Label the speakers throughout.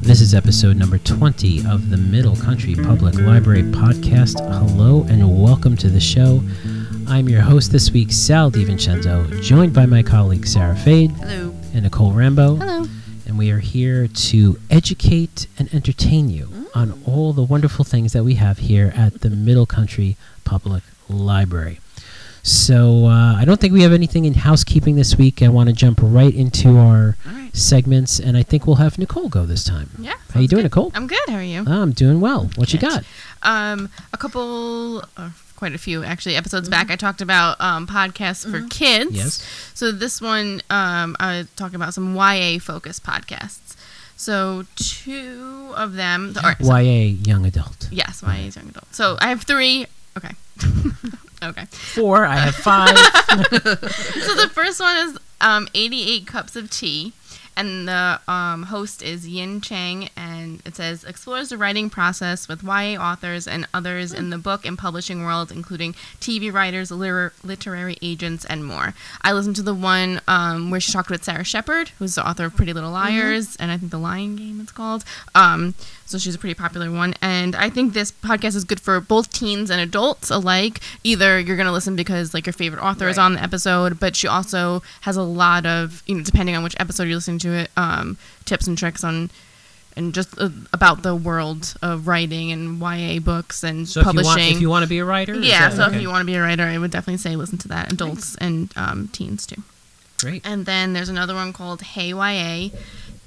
Speaker 1: This is episode number 20 of the Middle Country Public Library podcast. Hello and welcome to the show. I'm your host this week, Sal DiVincenzo, joined by my colleague Sarah Fade
Speaker 2: Hello.
Speaker 1: and Nicole Rambo.
Speaker 2: Hello.
Speaker 1: And we are here to educate and entertain you
Speaker 2: Mm.
Speaker 1: on all the wonderful things that we have here at the Middle Country Public Library. So uh, I don't think we have anything in housekeeping this week. I want to jump right into our
Speaker 2: All right.
Speaker 1: segments, and I think we'll have Nicole go this time.
Speaker 2: Yeah.
Speaker 1: How you
Speaker 2: sounds
Speaker 1: doing,
Speaker 2: good.
Speaker 1: Nicole? Ah,
Speaker 2: I'm good. How are you?
Speaker 1: I'm doing well. What you
Speaker 2: Good.
Speaker 1: got?
Speaker 2: Um, a couple, or quite a few actually, episodes back, I talked about um, podcasts for kids.
Speaker 1: Yes.
Speaker 2: So this one, um, I was talking about some YA focused podcasts. So two of them. The, all right, so-
Speaker 1: YA young adult.
Speaker 2: yes, YA is young adult. So I have three. Okay. okay.
Speaker 1: Four. I have five.
Speaker 2: So the first one is um, 88 cups of tea. And the um, host is Yin Chang, and it says explores the writing process with YA authors and others in the book and publishing world, including TV writers, liter- literary agents, and more. I listened to the one um, where she talked with Sarah Shepard, who's the author of Pretty Little Liars, and I think The Lion Game it's called. Um, so she's a pretty popular one, and I think this podcast is good for both teens and adults alike. Either you're gonna listen because like your favorite author is
Speaker 3: Right.
Speaker 2: on on the episode, but she also has a lot of you know, depending on which episode you're listening to it, um, tips and tricks on and just uh, about the world of writing and YA books and
Speaker 1: so if you,
Speaker 2: publishing.
Speaker 1: want, if you want to be a writer, is
Speaker 2: yeah,
Speaker 1: that-
Speaker 2: so
Speaker 1: okay.
Speaker 2: if you want to be a writer, I would definitely say listen to that, adults and um, teens too.
Speaker 1: great.
Speaker 2: And then there's another one called Hey YA,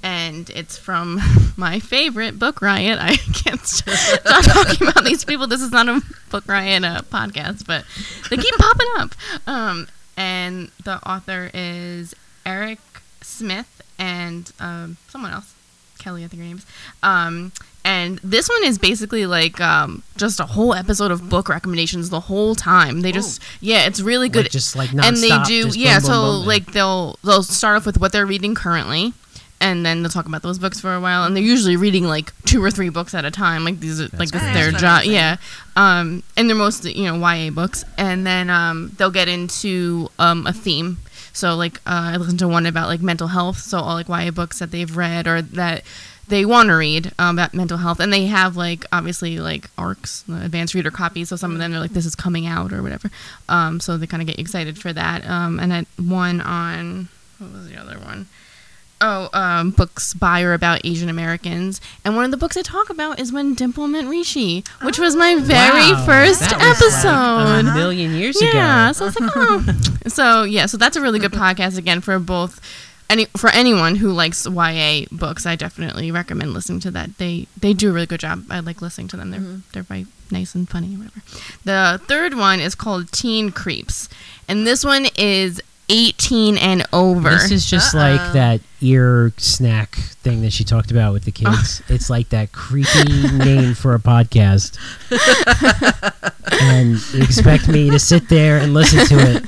Speaker 2: and it's from my favorite Book Riot. I can't st- stop talking about these people. This is not a Book Riot uh, podcast, but they keep popping up. Um, and the author is Eric Smith and um, someone else, Kelly, I think her name is. Um, and this one is basically like um, just a whole episode of book recommendations the whole time. They just, yeah, it's really good
Speaker 1: Oh. Like, just like
Speaker 2: and they
Speaker 1: nonstop,
Speaker 2: do
Speaker 1: just boom,
Speaker 2: yeah
Speaker 1: boom,
Speaker 2: so
Speaker 1: boom, and-
Speaker 2: like they'll they'll start off with what they're reading currently and then they'll talk about those books for a while and they're usually reading like two or three books at a time like these are like this is
Speaker 3: great.
Speaker 2: their
Speaker 3: That's
Speaker 2: job
Speaker 3: amazing.
Speaker 2: yeah um and they're mostly you know ya books and then um they'll get into um a theme so like uh, i listened to one about like mental health so all like ya books that they've read or that they want to read um, about mental health and they have like obviously like arcs uh, advanced reader copies so some of them they're like this is coming out or whatever um, so they kind of get excited for that um, and then one on what was the other one Oh, um, books by or about Asian Americans, and one of the books I talk about is when Dimple met Rishi, which was my very
Speaker 1: Wow,
Speaker 2: first
Speaker 1: that was like
Speaker 2: episode.
Speaker 1: a million years
Speaker 2: yeah,
Speaker 1: ago.
Speaker 2: so I was like, oh. so yeah, so that's a really good podcast again for both any for anyone who likes YA books. I definitely recommend listening to that. They they do a really good job. I like listening to them. They're
Speaker 1: Mm-hmm.
Speaker 2: they're very nice and funny, or whatever. The third one is called Teen Creeps, and this one is 18 and over.
Speaker 1: This is just like that ear snack thing that she talked about with the kids. it's like that creepy name for a podcast. and you expect me to sit there and listen to it.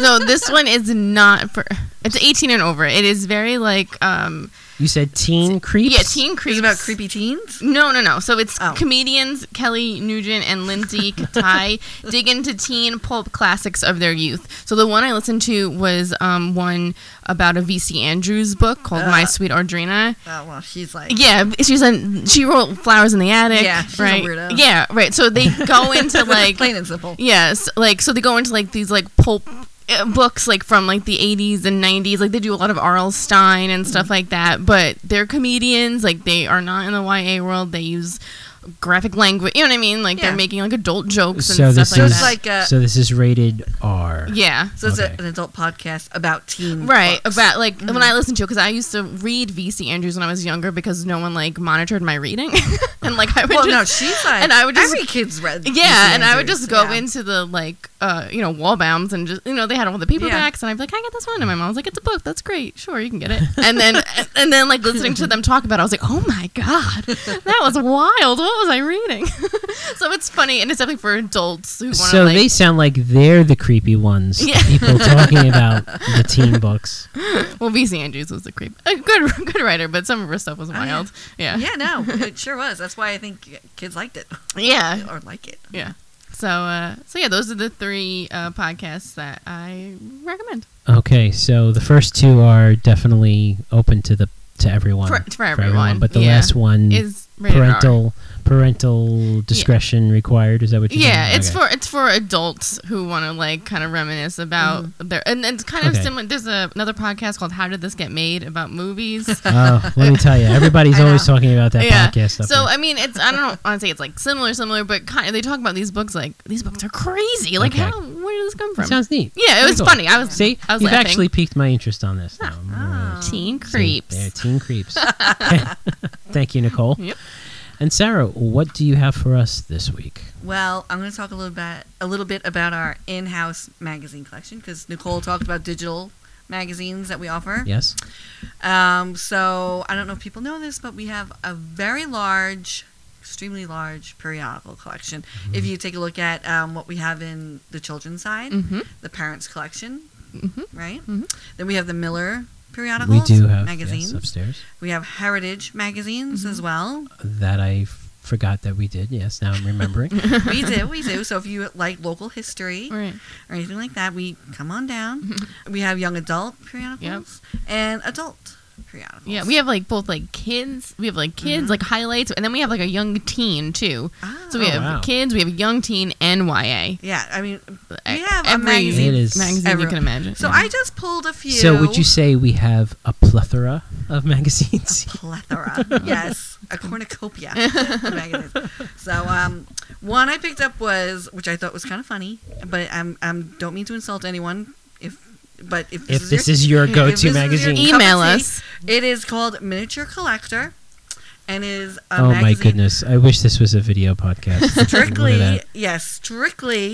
Speaker 2: no, this one is not for. It's 18 and over. It is very like um
Speaker 1: You said teen creeps?
Speaker 2: yeah, teen creeps.
Speaker 3: It's about creepy teens.
Speaker 2: No, no, no. So it's
Speaker 3: Oh.
Speaker 2: comedians Kelly Nugent and Lindsay Katai dig into teen pulp classics of their youth. So the one I listened to was um, one about a VC Andrews book called My
Speaker 3: Uh.
Speaker 2: Sweet Audrina.
Speaker 3: Oh well, she's like
Speaker 2: Yeah, b- she's a she wrote Flowers in the Attic.
Speaker 3: Yeah, she's a
Speaker 2: right.
Speaker 3: weirdo.
Speaker 2: Yeah, right. So they go into like
Speaker 3: plain and simple.
Speaker 2: Yes, like so they go into like these like pulp uh, books like from like the 80s and 90s like they do a lot of R.L. Stein and stuff like that but they're comedians like they are not in the YA world they use graphic language you know what I mean like
Speaker 3: Yeah.
Speaker 2: they're making like adult jokes and
Speaker 1: So this,
Speaker 2: stuff like uh,
Speaker 1: is,
Speaker 2: that
Speaker 3: like a-
Speaker 1: so this is rated R.
Speaker 2: yeah
Speaker 3: So it's
Speaker 1: Okay.
Speaker 3: a, an adult podcast about teen
Speaker 2: right
Speaker 3: books. Mm.
Speaker 2: about like when I listened to it because I used to read VC Andrews when I was younger because no one like monitored my reading and like I would
Speaker 3: well,
Speaker 2: just
Speaker 3: no, she's like
Speaker 2: and I would just
Speaker 3: every kid's read.
Speaker 2: Yeah,
Speaker 3: Lucy
Speaker 2: and I would
Speaker 3: Andrews,
Speaker 2: just go
Speaker 3: yeah.
Speaker 2: into the like, uh, you know, Wallbaums and just you know they had all the paperbacks, and I'd be like, "Can I get this one?" And my mom was like, "It's a book. That's great. Sure, you can get it." And then and then like listening to them talk about, it, I was like, "Oh my god, that was wild. What was I reading?" so it's funny, and it's definitely for adults who want to
Speaker 1: So
Speaker 2: like.
Speaker 1: they sound like they're the creepy ones.
Speaker 2: Yeah.
Speaker 1: People talking about the teen books.
Speaker 2: well, VC Andrews was a creep, a good good writer, but some of her stuff was
Speaker 3: yeah.
Speaker 2: wild. yeah.
Speaker 3: Yeah, no, it sure was. That's why I think kids liked it
Speaker 2: yeah,
Speaker 3: or like it.
Speaker 2: yeah. So, uh, so yeah, those are the three uh, podcasts that I recommend
Speaker 1: Okay, so the first two are definitely open to the to everyone.
Speaker 2: for, for everyone.
Speaker 1: But the
Speaker 2: yeah.
Speaker 1: last one
Speaker 2: is rated R.
Speaker 1: Mm. parental parental discretion required. Is that what you?
Speaker 2: Yeah, it's for it's for adults who want to like kind of reminisce about their and, and it's kind of
Speaker 1: Mm. Okay.
Speaker 2: similar. There's a, another podcast called "How Did This Get Made?" about movies.
Speaker 1: Oh, let me tell you, everybody's
Speaker 3: I
Speaker 1: always
Speaker 3: know.
Speaker 1: talking about that podcast. Up
Speaker 2: So
Speaker 1: there.
Speaker 2: I mean, it's I don't want to say it's like similar, similar, but kind of they talk about these books like these books are crazy. Like
Speaker 1: Okay.
Speaker 2: how where did this come
Speaker 1: it
Speaker 2: from?
Speaker 1: sounds neat.
Speaker 2: uh, yeah, it was
Speaker 1: Cool.
Speaker 2: funny. I was
Speaker 1: See,
Speaker 2: I was
Speaker 1: you've
Speaker 2: laughing. Um,
Speaker 1: actually piqued my interest on this. Now.
Speaker 3: Ah.
Speaker 2: teen
Speaker 1: See,
Speaker 2: creeps.
Speaker 1: They're teen creeps. Okay. Thank you, Nicole.
Speaker 2: Yep.
Speaker 1: And Sarah, what do you have for us this week?
Speaker 3: Well, I'm going to talk a little bit a little bit about our in-house magazine collection because Nicole talked about digital magazines that we offer.
Speaker 1: Yes.
Speaker 3: Um, so I don't know if people know this, but we have a very large, extremely large periodical collection.
Speaker 2: Mm-hmm.
Speaker 3: If you take a look at um, what we have in the children's side,
Speaker 2: Mhm.
Speaker 3: the parents' collection,
Speaker 2: Mhm.
Speaker 3: right?
Speaker 2: Mhm.
Speaker 3: Then we have the Miller
Speaker 1: We
Speaker 3: periodicals,
Speaker 1: do have
Speaker 3: magazines.
Speaker 1: yes, upstairs.
Speaker 3: we have Heritage magazines
Speaker 2: Mm-hmm.
Speaker 3: as well.
Speaker 1: That I f- forgot that we did. Yes, now I'm remembering.
Speaker 3: we do, we do. So if you like local history,
Speaker 2: Right. Mm-hmm.
Speaker 3: or anything like that, we come on down. we have young adult periodicals and adult periodicals.
Speaker 2: Yeah, we have like both like kids. We have like kids
Speaker 1: Mm-hmm.
Speaker 2: like highlights, and then we have like a young teen too.
Speaker 3: Ah.
Speaker 2: So we
Speaker 1: Oh,
Speaker 2: have
Speaker 1: wow.
Speaker 2: kids, we have young teen, and YA.
Speaker 3: Yeah, I mean, we
Speaker 2: E-
Speaker 3: have
Speaker 2: every
Speaker 3: a magazine.
Speaker 1: It is-
Speaker 2: magazine you
Speaker 3: every-
Speaker 2: can imagine.
Speaker 3: So
Speaker 2: yeah.
Speaker 3: I just pulled a few.
Speaker 1: so would you say we have a plethora of magazines?
Speaker 3: plethora? yes, a cornucopia. of magazines. So um, one I picked up was, which I thought was kind of funny, but I'm, I'm don't mean to insult anyone if. But if this,
Speaker 1: if
Speaker 3: is,
Speaker 1: this
Speaker 3: your,
Speaker 1: is your
Speaker 3: if
Speaker 1: go
Speaker 3: this
Speaker 1: to
Speaker 3: is your
Speaker 1: magazine.
Speaker 3: e-
Speaker 2: email
Speaker 3: Cup of tea.
Speaker 2: us.
Speaker 3: it is called Miniature Collector, and is a
Speaker 1: oh my
Speaker 3: magazine
Speaker 1: goodness. I wish this was a video podcast. Look at
Speaker 3: strictly
Speaker 1: that.
Speaker 3: yes strictly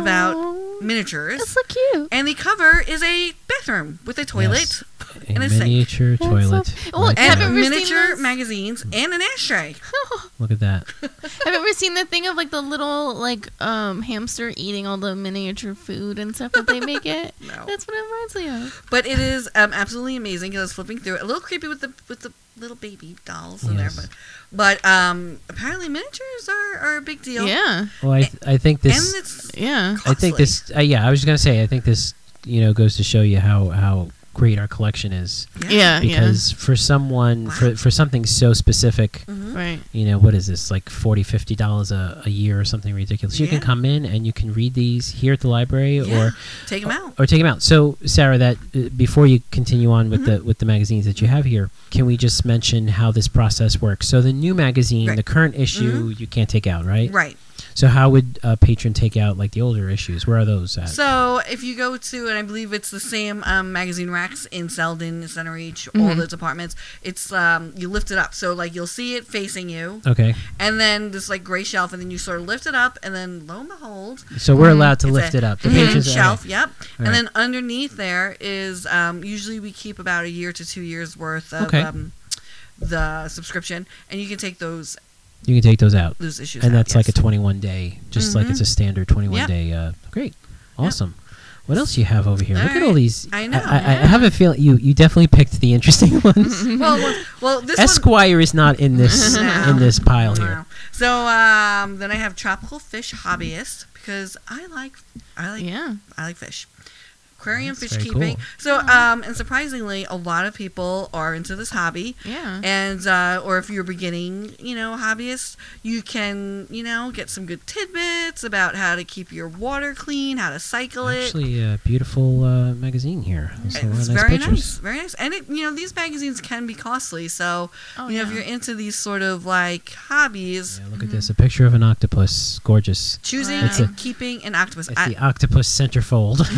Speaker 3: about miniatures
Speaker 2: so cute.
Speaker 3: and the cover is a bathroom with a toilet
Speaker 1: Yes. A
Speaker 3: and a sink.
Speaker 1: miniature
Speaker 2: so-
Speaker 1: toilet.
Speaker 2: Well,
Speaker 1: Like
Speaker 2: and-
Speaker 1: that.
Speaker 2: I've
Speaker 3: and
Speaker 2: ever seen
Speaker 3: miniature
Speaker 2: this.
Speaker 3: magazines and an ashtray
Speaker 1: Look at that.
Speaker 2: Have you ever seen the thing of like the little like um hamster eating all the miniature food and stuff that they make it?
Speaker 3: No.
Speaker 2: That's what it reminds me of.
Speaker 3: but it is um, absolutely amazing because i was flipping through it a little creepy with the with the little baby dolls in
Speaker 1: Yes.
Speaker 3: there but but um apparently miniatures are, are a big deal
Speaker 2: Yeah,
Speaker 1: Well, I, th- I think this.
Speaker 3: and it's
Speaker 2: yeah.
Speaker 1: I think this. Uh, yeah, I was just gonna say. I think this. You know, goes to show you how how great our collection is.
Speaker 3: Uh,
Speaker 2: Yeah,
Speaker 1: Because for someone, for for something so specific,
Speaker 3: Mm-hmm.
Speaker 2: yeah. Right.
Speaker 1: you know, what is this like 40 50 dollars a a year or something ridiculous? You can
Speaker 3: Yeah.
Speaker 1: come in and you can read these here at the library
Speaker 3: Yeah.
Speaker 1: or Oh,
Speaker 3: take them out
Speaker 1: or take them out. So, Sarah, that uh, before you continue on with
Speaker 3: Mm-hmm.
Speaker 1: the with the magazines that you have here, can we just mention how this process works? So, the new magazine,
Speaker 3: Right. Mm-hmm.
Speaker 1: the current issue, you can't take out, right?
Speaker 3: right
Speaker 1: So, how would a patron take out like the older issues? Where are those at?
Speaker 3: So if you go to, and I believe it's the same um, magazine racks in Selden, Center Reach,
Speaker 2: Mm-hmm.
Speaker 3: all those apartments. It's um, you lift it up, so like you'll see it facing you,
Speaker 1: okay,
Speaker 3: and then this like gray shelf, and then you sort of lift it up, and then lo and behold,
Speaker 1: so we're allowed to
Speaker 3: Mm-hmm. it's
Speaker 1: lift
Speaker 3: a
Speaker 1: it up. The
Speaker 3: hidden
Speaker 1: patrons okay.
Speaker 3: shelf. Yep.
Speaker 1: Alright.
Speaker 3: And then underneath there is um, usually we keep about a year to two years worth of.
Speaker 1: Okay.
Speaker 3: Um, the subscription, and you can take those
Speaker 1: You can take those out,
Speaker 3: those issues,
Speaker 1: and
Speaker 3: out,
Speaker 1: that's like a
Speaker 3: yes. Mm-hmm.
Speaker 1: 21 day, just like it's a standard 21
Speaker 3: Yeah.
Speaker 1: day. Uh, great, awesome. What else you have over here? Look at all
Speaker 3: Alright.
Speaker 1: these.
Speaker 3: I know.
Speaker 1: I, I, I have a feeling you you definitely picked the interesting ones.
Speaker 3: well, well, well, this one-
Speaker 1: Esquire is not in this
Speaker 3: No.
Speaker 1: in this pile here.
Speaker 3: Wow. So um, then I have tropical fish hobbyist because I like I like
Speaker 2: Yeah.
Speaker 3: I like fish. Aquarium
Speaker 1: That's
Speaker 3: fish
Speaker 1: very
Speaker 3: keeping.
Speaker 1: cool.
Speaker 3: So um, and surprisingly, a lot of people are into this hobby.
Speaker 2: Yeah.
Speaker 3: And uh, or if you're beginning, you know, hobbyist, you can you know get some good tidbits about how to keep your water clean, how to cycle it.
Speaker 1: Actually, a beautiful uh, magazine here. There's a lot
Speaker 3: It's
Speaker 1: of nice
Speaker 3: very nice,
Speaker 1: pictures.
Speaker 3: very nice, and it, you know these magazines can be costly. So
Speaker 2: Oh,
Speaker 3: you know if
Speaker 2: yeah.
Speaker 3: you're into these sort of like hobbies,
Speaker 1: Yeah, look at this. A picture of an octopus. Gorgeous.
Speaker 3: choosing
Speaker 2: Wow. It's
Speaker 3: and keeping an octopus.
Speaker 1: It's
Speaker 3: I-
Speaker 1: the octopus centerfold.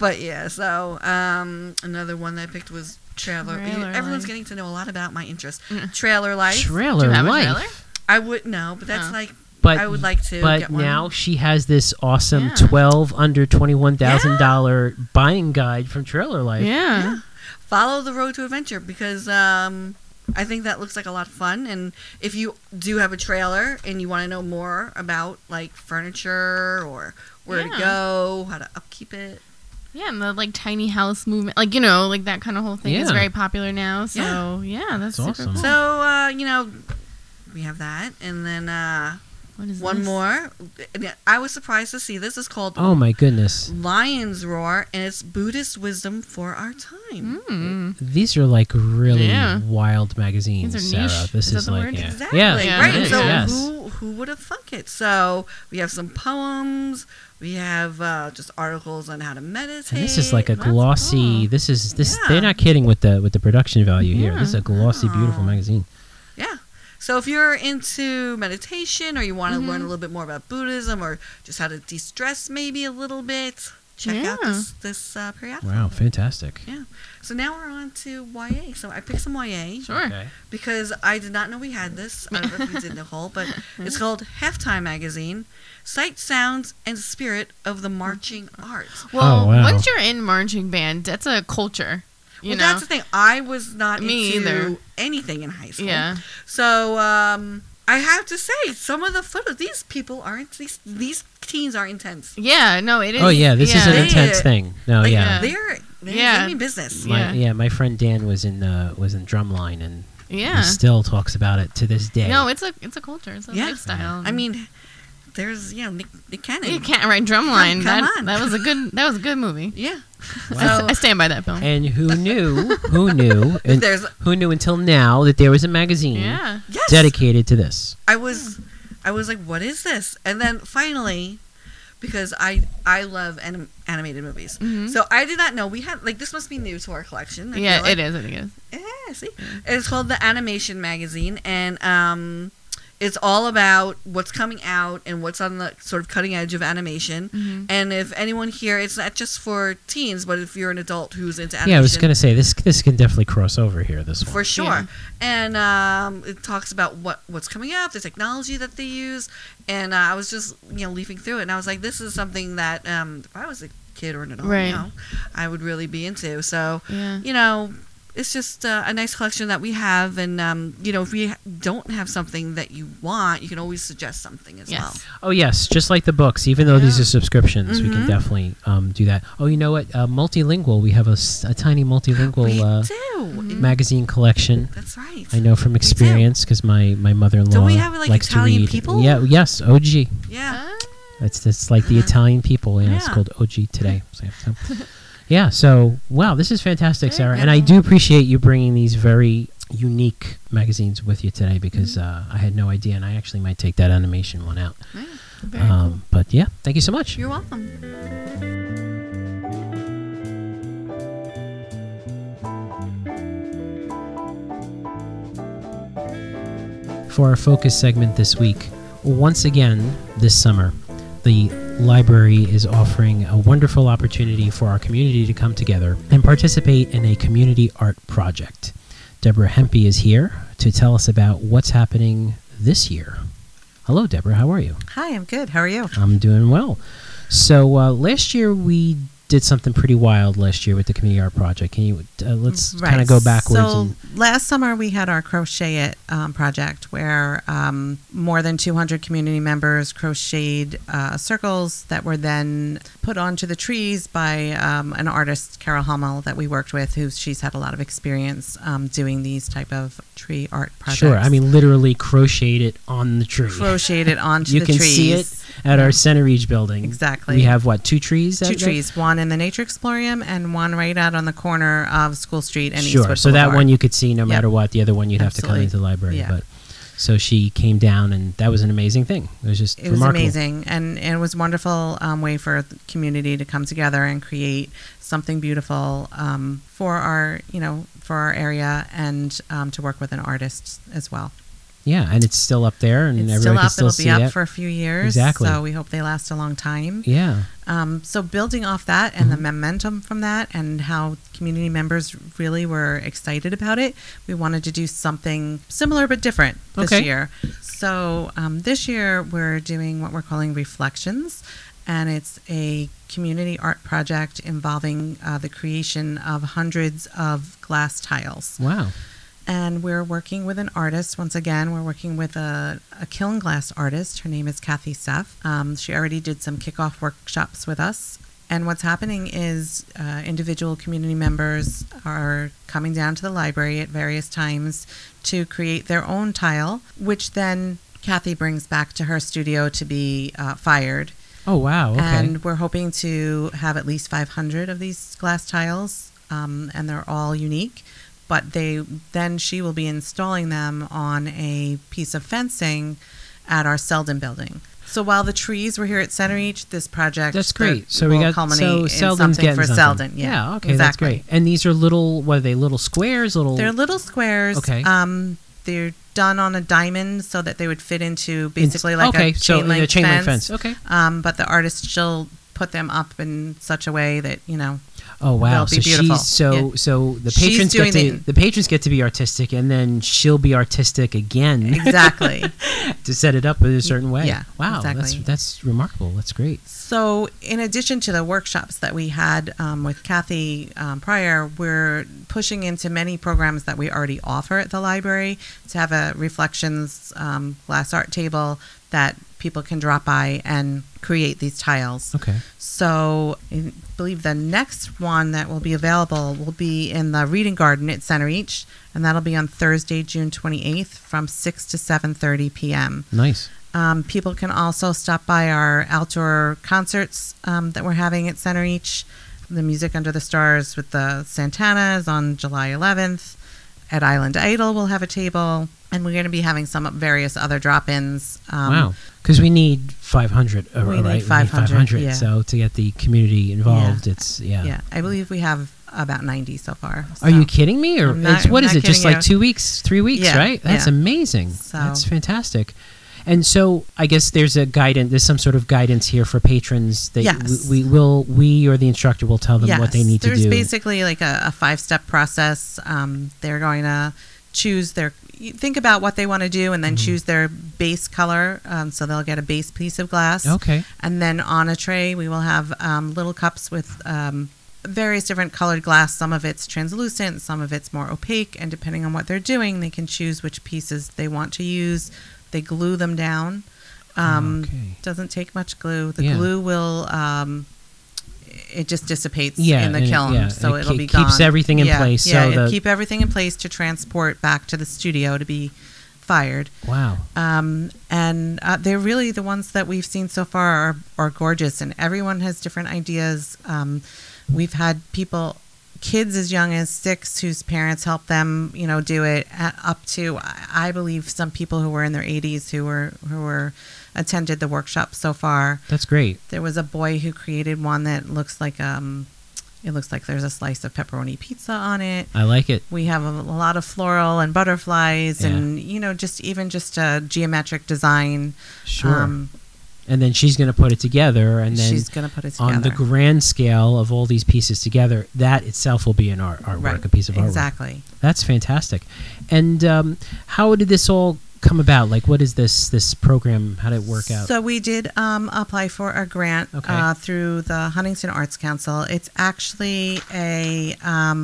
Speaker 3: but yeah, so um, another one that I picked was trailer.
Speaker 2: Trailer
Speaker 3: Everyone's
Speaker 2: Life. Mm.
Speaker 3: getting to know a lot about my interest. Trailer life.
Speaker 1: trailer
Speaker 2: Do you have a
Speaker 1: life.
Speaker 2: trailer?
Speaker 3: I would no, but that's
Speaker 2: Oh.
Speaker 3: like
Speaker 1: But
Speaker 3: I would like to.
Speaker 1: But
Speaker 3: get one.
Speaker 1: now she has this awesome
Speaker 2: Yeah.
Speaker 1: twelve under twenty one thousand thousand dollar buying guide from Trailer Life.
Speaker 2: Yeah.
Speaker 3: follow the road to adventure because um, I think that looks like a lot of fun. And if you do have a trailer and you want to know more about like furniture or where
Speaker 2: Yeah.
Speaker 3: to go, how to upkeep it,
Speaker 2: Yeah, and the like tiny house movement, like you know, like that kind of whole thing is
Speaker 1: Yeah.
Speaker 2: very popular now. So yeah,
Speaker 1: That's
Speaker 2: that's, super
Speaker 1: awesome.
Speaker 2: cool.
Speaker 3: So uh, you know, we have that, and then uh,
Speaker 2: What is
Speaker 3: one
Speaker 2: this?
Speaker 3: more. and I was surprised to see this. It's called
Speaker 1: Oh my goodness.
Speaker 3: Lion's Roar, and it's Buddhist wisdom for our time.
Speaker 2: Mm.
Speaker 1: These are like really
Speaker 2: Yeah.
Speaker 1: wild magazines,
Speaker 2: These are
Speaker 1: Sarah.
Speaker 2: niche.
Speaker 1: This
Speaker 2: Is
Speaker 1: is,
Speaker 2: that the
Speaker 1: like
Speaker 2: word?
Speaker 1: yeah.
Speaker 3: Exactly.
Speaker 1: Yeah,
Speaker 2: Yeah,
Speaker 3: right.
Speaker 1: it is,
Speaker 3: so
Speaker 1: yes.
Speaker 3: who who would have thunk it? So we have some poems. We have uh, just articles on how to meditate.
Speaker 1: And this is like a
Speaker 2: that's
Speaker 1: glossy.
Speaker 2: cool.
Speaker 1: This is this.
Speaker 3: Yeah.
Speaker 1: They're not kidding with the with the production value here.
Speaker 2: Yeah.
Speaker 1: This is a glossy, beautiful
Speaker 3: Wow.
Speaker 1: magazine.
Speaker 3: Yeah. So if you're into meditation or you want to learn a little bit more about Buddhism or just how to de-stress maybe a little bit, check out
Speaker 2: Yeah.
Speaker 3: this this uh, periodical.
Speaker 1: Wow, fantastic.
Speaker 3: Yeah. So now we're on to YA. So I picked some YA
Speaker 2: Sure.
Speaker 1: Okay.
Speaker 3: because I did not know we had this. I don't know if you did, Nicole, but it's called Halftime Magazine: Sight, Sounds, and Spirit of the Marching Arts.
Speaker 2: Well,
Speaker 1: Oh, wow.
Speaker 2: once you're in marching band, that's a culture. You
Speaker 3: well,
Speaker 2: know.
Speaker 3: that's the thing. I was not
Speaker 2: Me
Speaker 3: into
Speaker 2: either.
Speaker 3: anything in high school.
Speaker 2: yeah.
Speaker 3: So um, I have to say, some of the photos. These people aren't. These these teens are intense.
Speaker 2: Yeah. No, it is.
Speaker 1: Oh yeah, this is
Speaker 2: yeah.
Speaker 1: an
Speaker 3: They-
Speaker 1: intense thing. No,
Speaker 3: Like,
Speaker 1: Oh, yeah.
Speaker 3: they're they're
Speaker 2: uh, Yeah.
Speaker 3: yeah. in business.
Speaker 1: My,
Speaker 2: Yeah.
Speaker 1: yeah. my friend Dan was in uh, was in drumline and
Speaker 2: Yeah.
Speaker 1: he still talks about it to this day.
Speaker 2: No, it's a it's a culture. It's a
Speaker 3: Yeah.
Speaker 2: lifestyle.
Speaker 3: I mean, there's you know Nick, Nick Cannon.
Speaker 2: you can't write drumline.
Speaker 3: Come- come
Speaker 2: that
Speaker 3: on.
Speaker 2: that was a good that was a good movie.
Speaker 3: Yeah.
Speaker 2: I,
Speaker 1: Wow.
Speaker 2: I stand by that film.
Speaker 1: and who knew? Who knew? And
Speaker 3: There's
Speaker 1: who knew until now that there was a magazine
Speaker 2: yeah.
Speaker 3: yes.
Speaker 1: dedicated to this?
Speaker 3: I was, I was like, what is this? And then finally, because I I love anim- animated movies,
Speaker 2: Mhm.
Speaker 3: so I did not know we had like this must be new to our collection. I
Speaker 2: yeah,
Speaker 3: feel like.
Speaker 2: it is. I think it is.
Speaker 3: Yeah, Eh, see, it's called the Animation Magazine, and um, it's all about what's coming out and what's on the sort of cutting edge of animation.
Speaker 2: Mhm.
Speaker 3: And if anyone here, it's not just for teens, but if you're an adult who's into animation,
Speaker 1: Yeah, I was gonna say this. This can definitely cross over here. This one.
Speaker 3: for sure.
Speaker 2: Yeah.
Speaker 3: And um, it talks about what what's coming up, the technology that they use, and uh, I was just you know leafing through it, and I was like, this is something that um, if I was a kid or an adult,
Speaker 2: Right.
Speaker 3: you know, I would really be into. So
Speaker 2: Yeah.
Speaker 3: you know, it's just uh, a nice collection that we have. And, um, you know, if we don't have something that you want, you can always suggest something as
Speaker 2: Yes.
Speaker 3: well.
Speaker 1: Oh yes, just like the books. Even though these
Speaker 3: Yeah.
Speaker 1: are subscriptions, we can
Speaker 3: Mhm.
Speaker 1: definitely um, do that. Oh, you know what? Uh, multilingual. We have a, s- a tiny
Speaker 3: we
Speaker 1: multilingual uh,
Speaker 3: do.
Speaker 2: Mhm.
Speaker 1: magazine collection.
Speaker 3: That's right.
Speaker 1: I know from experience because my, my mother in law
Speaker 3: Don't we have, like,
Speaker 1: likes
Speaker 3: Italian
Speaker 1: to read.
Speaker 3: people?
Speaker 1: Yeah. Yes. OG.
Speaker 3: Yeah.
Speaker 2: Ah.
Speaker 1: That's that's like the
Speaker 3: Uh-huh.
Speaker 1: Italian people. Yeah, It's
Speaker 3: Yeah.
Speaker 1: called OG today. So, so- yeah. So wow, this is fantastic,
Speaker 2: Very
Speaker 1: Sarah.
Speaker 2: good.
Speaker 1: And I do appreciate you bringing these very unique magazines with you today because
Speaker 2: Mm-hmm.
Speaker 1: uh, I had no idea, and I actually might take that animation one out.
Speaker 3: Yeah.
Speaker 2: Very
Speaker 1: Um, But yeah, thank you so much.
Speaker 3: You're welcome.
Speaker 1: For our focus segment this week, once again this summer, the library is offering a wonderful opportunity for our community to come together and participate in a community art project. Deborah Hempe is here to tell us about what's happening this year. Hello, Deborah. How are you?
Speaker 4: Hi, I'm good. How are you?
Speaker 1: I'm doing well. So uh, last year we did something pretty wild last year with the community art project. Can you uh, let's kind of go backwards?
Speaker 4: So
Speaker 1: and,
Speaker 4: last summer we had our crochet it um, project where um, more than 200 community members crocheted uh, circles that were then put onto the trees by um, an artist, Carol Hummel, that we worked with, who she's had a lot of experience um, doing these type of tree art projects.
Speaker 1: sure. I mean, literally crocheted it on the tree.
Speaker 4: crocheted onto
Speaker 1: you
Speaker 4: the
Speaker 1: can
Speaker 4: trees.
Speaker 1: see it at our Center Ridge building.
Speaker 4: Exactly.
Speaker 1: We have what two trees? that-
Speaker 4: Two
Speaker 1: that-
Speaker 4: trees, one in the Nature Explorium and one right out on the corner of School Street and
Speaker 1: Sure.
Speaker 4: Eastwood
Speaker 1: So that
Speaker 4: Boulevard.
Speaker 1: one you could see no
Speaker 4: Yep.
Speaker 1: matter what. The other one you'd have to come
Speaker 4: Absolutely.
Speaker 1: into the library.
Speaker 4: Yeah.
Speaker 1: But so she came down, and that was an amazing thing. It was just
Speaker 4: it was
Speaker 1: remarkable.
Speaker 4: amazing and it was a wonderful um, way for the community to come together and create something beautiful um, for our you know for our area and um, to work with an artist as well
Speaker 1: Yeah, and it's still up there, and
Speaker 4: it's
Speaker 1: everyone
Speaker 4: still
Speaker 1: can
Speaker 4: up
Speaker 1: still
Speaker 4: it'll
Speaker 1: see
Speaker 4: be up
Speaker 1: it.
Speaker 4: for a few years
Speaker 1: Exactly.
Speaker 4: so we hope they last a long time
Speaker 1: yeah.
Speaker 4: um, so building off that and the momentum from that and how community members really were excited about it, we wanted to do something similar but different this
Speaker 1: Okay.
Speaker 4: year. So um, this year we're doing what we're calling Reflections, and it's a community art project involving uh, the creation of hundreds of glass tiles
Speaker 1: Wow.
Speaker 4: and we're working with an artist once again we're working with a, a kiln glass artist her name is kathy seff um, she already did some kickoff workshops with us And what's happening is uh, individual community members are coming down to the library at various times to create their own tile, which then Kathy brings back to her studio to be uh, fired.
Speaker 1: Oh wow. Okay.
Speaker 4: And we're hoping to have at least 500 of these glass tiles, um, and they're all unique. But they then she will be installing them on a piece of fencing at our Selden building. So while the trees were here at Center Each, this project
Speaker 1: that's
Speaker 4: that
Speaker 1: great. So we
Speaker 4: will
Speaker 1: got
Speaker 4: culminate
Speaker 1: so
Speaker 4: in
Speaker 1: Selden's
Speaker 4: something
Speaker 1: getting
Speaker 4: for
Speaker 1: something.
Speaker 4: Selden. Yeah,
Speaker 1: okay, that's
Speaker 4: exactly.
Speaker 1: great. And these are little. What are they? Little squares. Little.
Speaker 4: They're little squares.
Speaker 1: Okay.
Speaker 4: Um, they're done on a diamond so that they would fit into basically like
Speaker 1: okay,
Speaker 4: a chain,
Speaker 1: so in
Speaker 4: link,
Speaker 1: a chain link
Speaker 4: fence.
Speaker 1: fence. Okay.
Speaker 4: Um, but the artist she'll put them up in such a way that you know
Speaker 1: Oh wow!
Speaker 4: They'll
Speaker 1: So
Speaker 4: be beautiful.
Speaker 1: she's so
Speaker 4: Yeah.
Speaker 1: so the
Speaker 4: She's
Speaker 1: patrons get
Speaker 4: doing
Speaker 1: to
Speaker 4: the-
Speaker 1: the patrons get to be artistic, and then she'll be artistic again
Speaker 4: exactly.
Speaker 1: to set it up in a certain way.
Speaker 4: Yeah,
Speaker 1: Wow.
Speaker 4: exactly.
Speaker 1: That's that's remarkable. That's great.
Speaker 4: So, in addition to the workshops that we had um, with Kathy um, prior, we're pushing into many programs that we already offer at the library to have a reflections um, glass art table that people can drop by and create these tiles.
Speaker 1: Okay.
Speaker 4: So, I believe the next one that will be available will be in the reading garden at Center Each, and that'll be on Thursday, June 28th, from 6 to 7:30 p.m.
Speaker 1: Nice.
Speaker 4: Um, people can also stop by our outdoor concerts um, that we're having at Center Each. The Music Under the Stars with the Santanas on July 11th. At Island Idol, we'll have a table, and we're going to be having some various other drop-ins. Um,
Speaker 1: wow. Because we need 500, uh,
Speaker 4: We
Speaker 1: right?
Speaker 4: need 500, yeah.
Speaker 1: So to get the community involved, it's yeah.
Speaker 4: Yeah. I believe we have about 90 so far.
Speaker 1: Are you
Speaker 4: so-
Speaker 1: kidding me? Or
Speaker 4: I'm not-
Speaker 1: it's, what
Speaker 4: I'm
Speaker 1: is
Speaker 4: not
Speaker 1: it? Just
Speaker 4: kidding
Speaker 1: like
Speaker 4: you.
Speaker 1: two weeks, three weeks,
Speaker 4: Yeah,
Speaker 1: right? That's
Speaker 4: yeah.
Speaker 1: amazing.
Speaker 4: So-
Speaker 1: That's fantastic. And so, I guess there's a guidance. There's some sort of guidance here for patrons. That
Speaker 4: Yes.
Speaker 1: we, we will, we or the instructor will tell them what they
Speaker 4: Yes,
Speaker 1: need to
Speaker 4: There's
Speaker 1: do.
Speaker 4: basically like a, a five step process. Um, they're going to choose their, you think about what they want to do and then
Speaker 1: Mm-hmm.
Speaker 4: choose their base color. Um, so they'll get a base piece of glass.
Speaker 1: okay.
Speaker 4: And then on a tray, we will have um, little cups with um, various different colored glass. Some of it's translucent, some of it's more opaque. And depending on what they're doing, they can choose which pieces they want to use. They glue them down. Um,
Speaker 1: Ah, Okay.
Speaker 4: Doesn't take much glue. The
Speaker 1: Yeah.
Speaker 4: glue will. Um, it just dissipates
Speaker 1: Yeah,
Speaker 4: in the
Speaker 1: and it-
Speaker 4: kiln,
Speaker 1: yeah,
Speaker 4: so
Speaker 1: it
Speaker 4: it'll
Speaker 1: ke-
Speaker 4: be gone.
Speaker 1: keeps everything in
Speaker 4: Yeah,
Speaker 1: place,
Speaker 4: Yeah,
Speaker 1: so
Speaker 4: it'll
Speaker 1: the-
Speaker 4: keep everything in place to transport back to the studio to be fired.
Speaker 1: Wow.
Speaker 4: Um, and uh, they're really the ones that we've seen so far are, are gorgeous, and everyone has different ideas. Um, we've had people, kids as young as six, whose parents helped them, you know, do it. uh, Up to, I I believe, some people who were in their 80s who were who were attended the workshop so far.
Speaker 1: That's great.
Speaker 4: There was a boy who created one that looks like um, it looks like there's a slice of pepperoni pizza on it
Speaker 1: I like it.
Speaker 4: we have a, a lot of floral and butterflies
Speaker 1: Yeah.
Speaker 4: and you know just even just a geometric design
Speaker 1: Sure. and then she's going to put it together, and then
Speaker 4: Um, she's gonna put it together
Speaker 1: on the grand scale of all these pieces together, that itself will be an art, artwork,
Speaker 4: right
Speaker 1: a piece of artwork.
Speaker 4: exactly
Speaker 1: That's fantastic. And um, how did this all come about? Like, what is this this program? How did it work out?
Speaker 4: so we did um, apply for a grant
Speaker 1: Okay.
Speaker 4: uh, through the huntington arts council it's actually a um,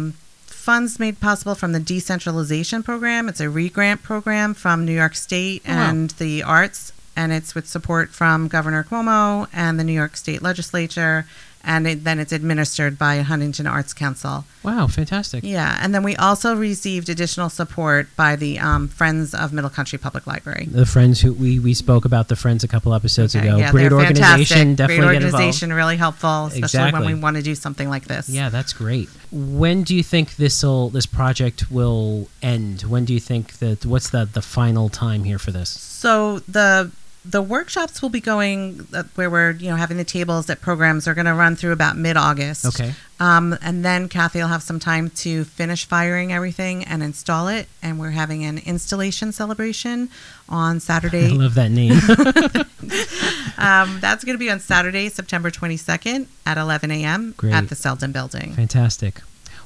Speaker 4: funds made possible from the decentralization program it's a regrant program from new york state
Speaker 1: Oh, wow.
Speaker 4: and the arts and it's with support from governor cuomo and the new york state legislature and it, then it's administered by huntington arts council
Speaker 1: wow, fantastic.
Speaker 4: Yeah, and then we also received additional support by the um, Friends of Middle Country Public Library.
Speaker 1: The friends who we, we spoke about the friends a couple episodes
Speaker 4: Okay,
Speaker 1: ago.
Speaker 4: Uh, yeah,
Speaker 1: Great
Speaker 4: they're
Speaker 1: organization,
Speaker 4: fantastic.
Speaker 1: definitely
Speaker 4: Great
Speaker 1: get involved.
Speaker 4: organization, really helpful, especially
Speaker 1: Exactly.
Speaker 4: when we want to do something like this.
Speaker 1: Yeah, that's great. When do you think this will this project will end? When do you think that what's the the final time here for this?
Speaker 4: So the the workshops will be going uh, where we're you know having the tables at programs are going to run through about mid August.
Speaker 1: Okay.
Speaker 4: Um, and then Kathy will have some time to finish firing everything and install it. And we're having an installation celebration on Saturday,
Speaker 1: I love that name.
Speaker 4: Um, that's going to be on Saturday, September 22nd at 11 a.m.
Speaker 1: Great.
Speaker 4: at the Selden Building.
Speaker 1: Fantastic.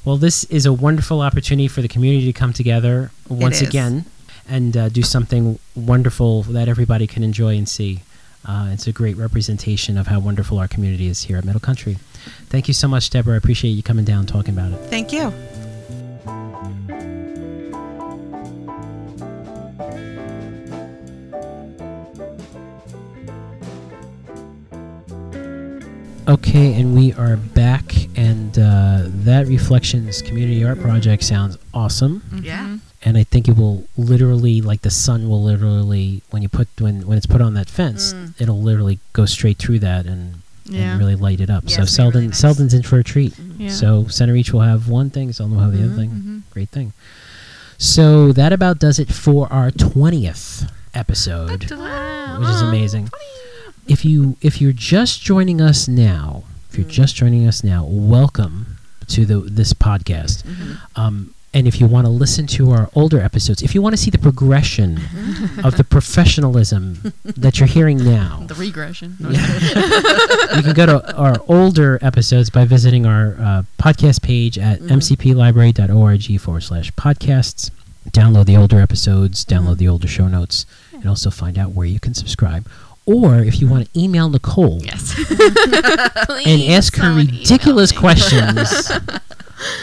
Speaker 1: Well, this is a wonderful opportunity for the community to come together once
Speaker 4: is.
Speaker 1: again and uh, do something wonderful that everybody can enjoy and see. Uh, it's a great representation of how wonderful our community is here at Middle Country. Thank you so much, Deborah. I appreciate you coming down and talking about it.
Speaker 4: Thank you.
Speaker 1: Okay, and we are back, and uh, that Reflections Community Art Project sounds awesome,
Speaker 2: Mm-hmm.
Speaker 3: Yeah.
Speaker 1: and I think it will literally, like the sun will literally, when you put when when it's put on that fence,
Speaker 3: Mm.
Speaker 1: it'll literally go straight through that and,
Speaker 2: Yeah.
Speaker 1: and really light it up.
Speaker 3: Yeah,
Speaker 1: so
Speaker 3: it's gonna be
Speaker 1: Selden
Speaker 3: really nice.
Speaker 1: Selden's in for a treat.
Speaker 3: Mm-hmm.
Speaker 2: Yeah.
Speaker 1: So Center Each will have one thing, Selden will have the other thing.
Speaker 2: Mhm.
Speaker 1: Great thing. So that about does it for our twentieth episode
Speaker 2: Wow.
Speaker 1: which is amazing. If you if you're just joining us now, if you're
Speaker 3: Mm.
Speaker 1: just joining us now, welcome to the this podcast.
Speaker 3: Mm-hmm.
Speaker 1: Um, and if you want to listen to our older episodes, if you want to see the progression
Speaker 3: Mm-hmm.
Speaker 1: of the professionalism that you're hearing now,
Speaker 2: The regression.
Speaker 1: you can go to our older episodes by visiting our uh, podcast page at mcplibrary.org forward slash podcasts. Download the older episodes, download the older show notes, and also find out where you can subscribe. Or if you want to email Nicole
Speaker 2: Yes.
Speaker 1: and
Speaker 2: Please,
Speaker 1: ask her
Speaker 2: someone email
Speaker 1: ridiculous
Speaker 2: me.
Speaker 1: questions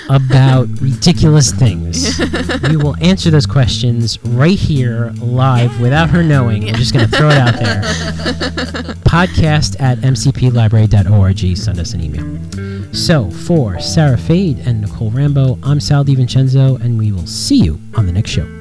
Speaker 1: about ridiculous things, we will answer those questions right here live without her knowing. We're just going to throw it out there. Podcast at mcplibrary.org. Send us an email. So, for Sarah Fade and Nicole Rambo, I'm Sal DiVincenzo, and we will see you on the next show.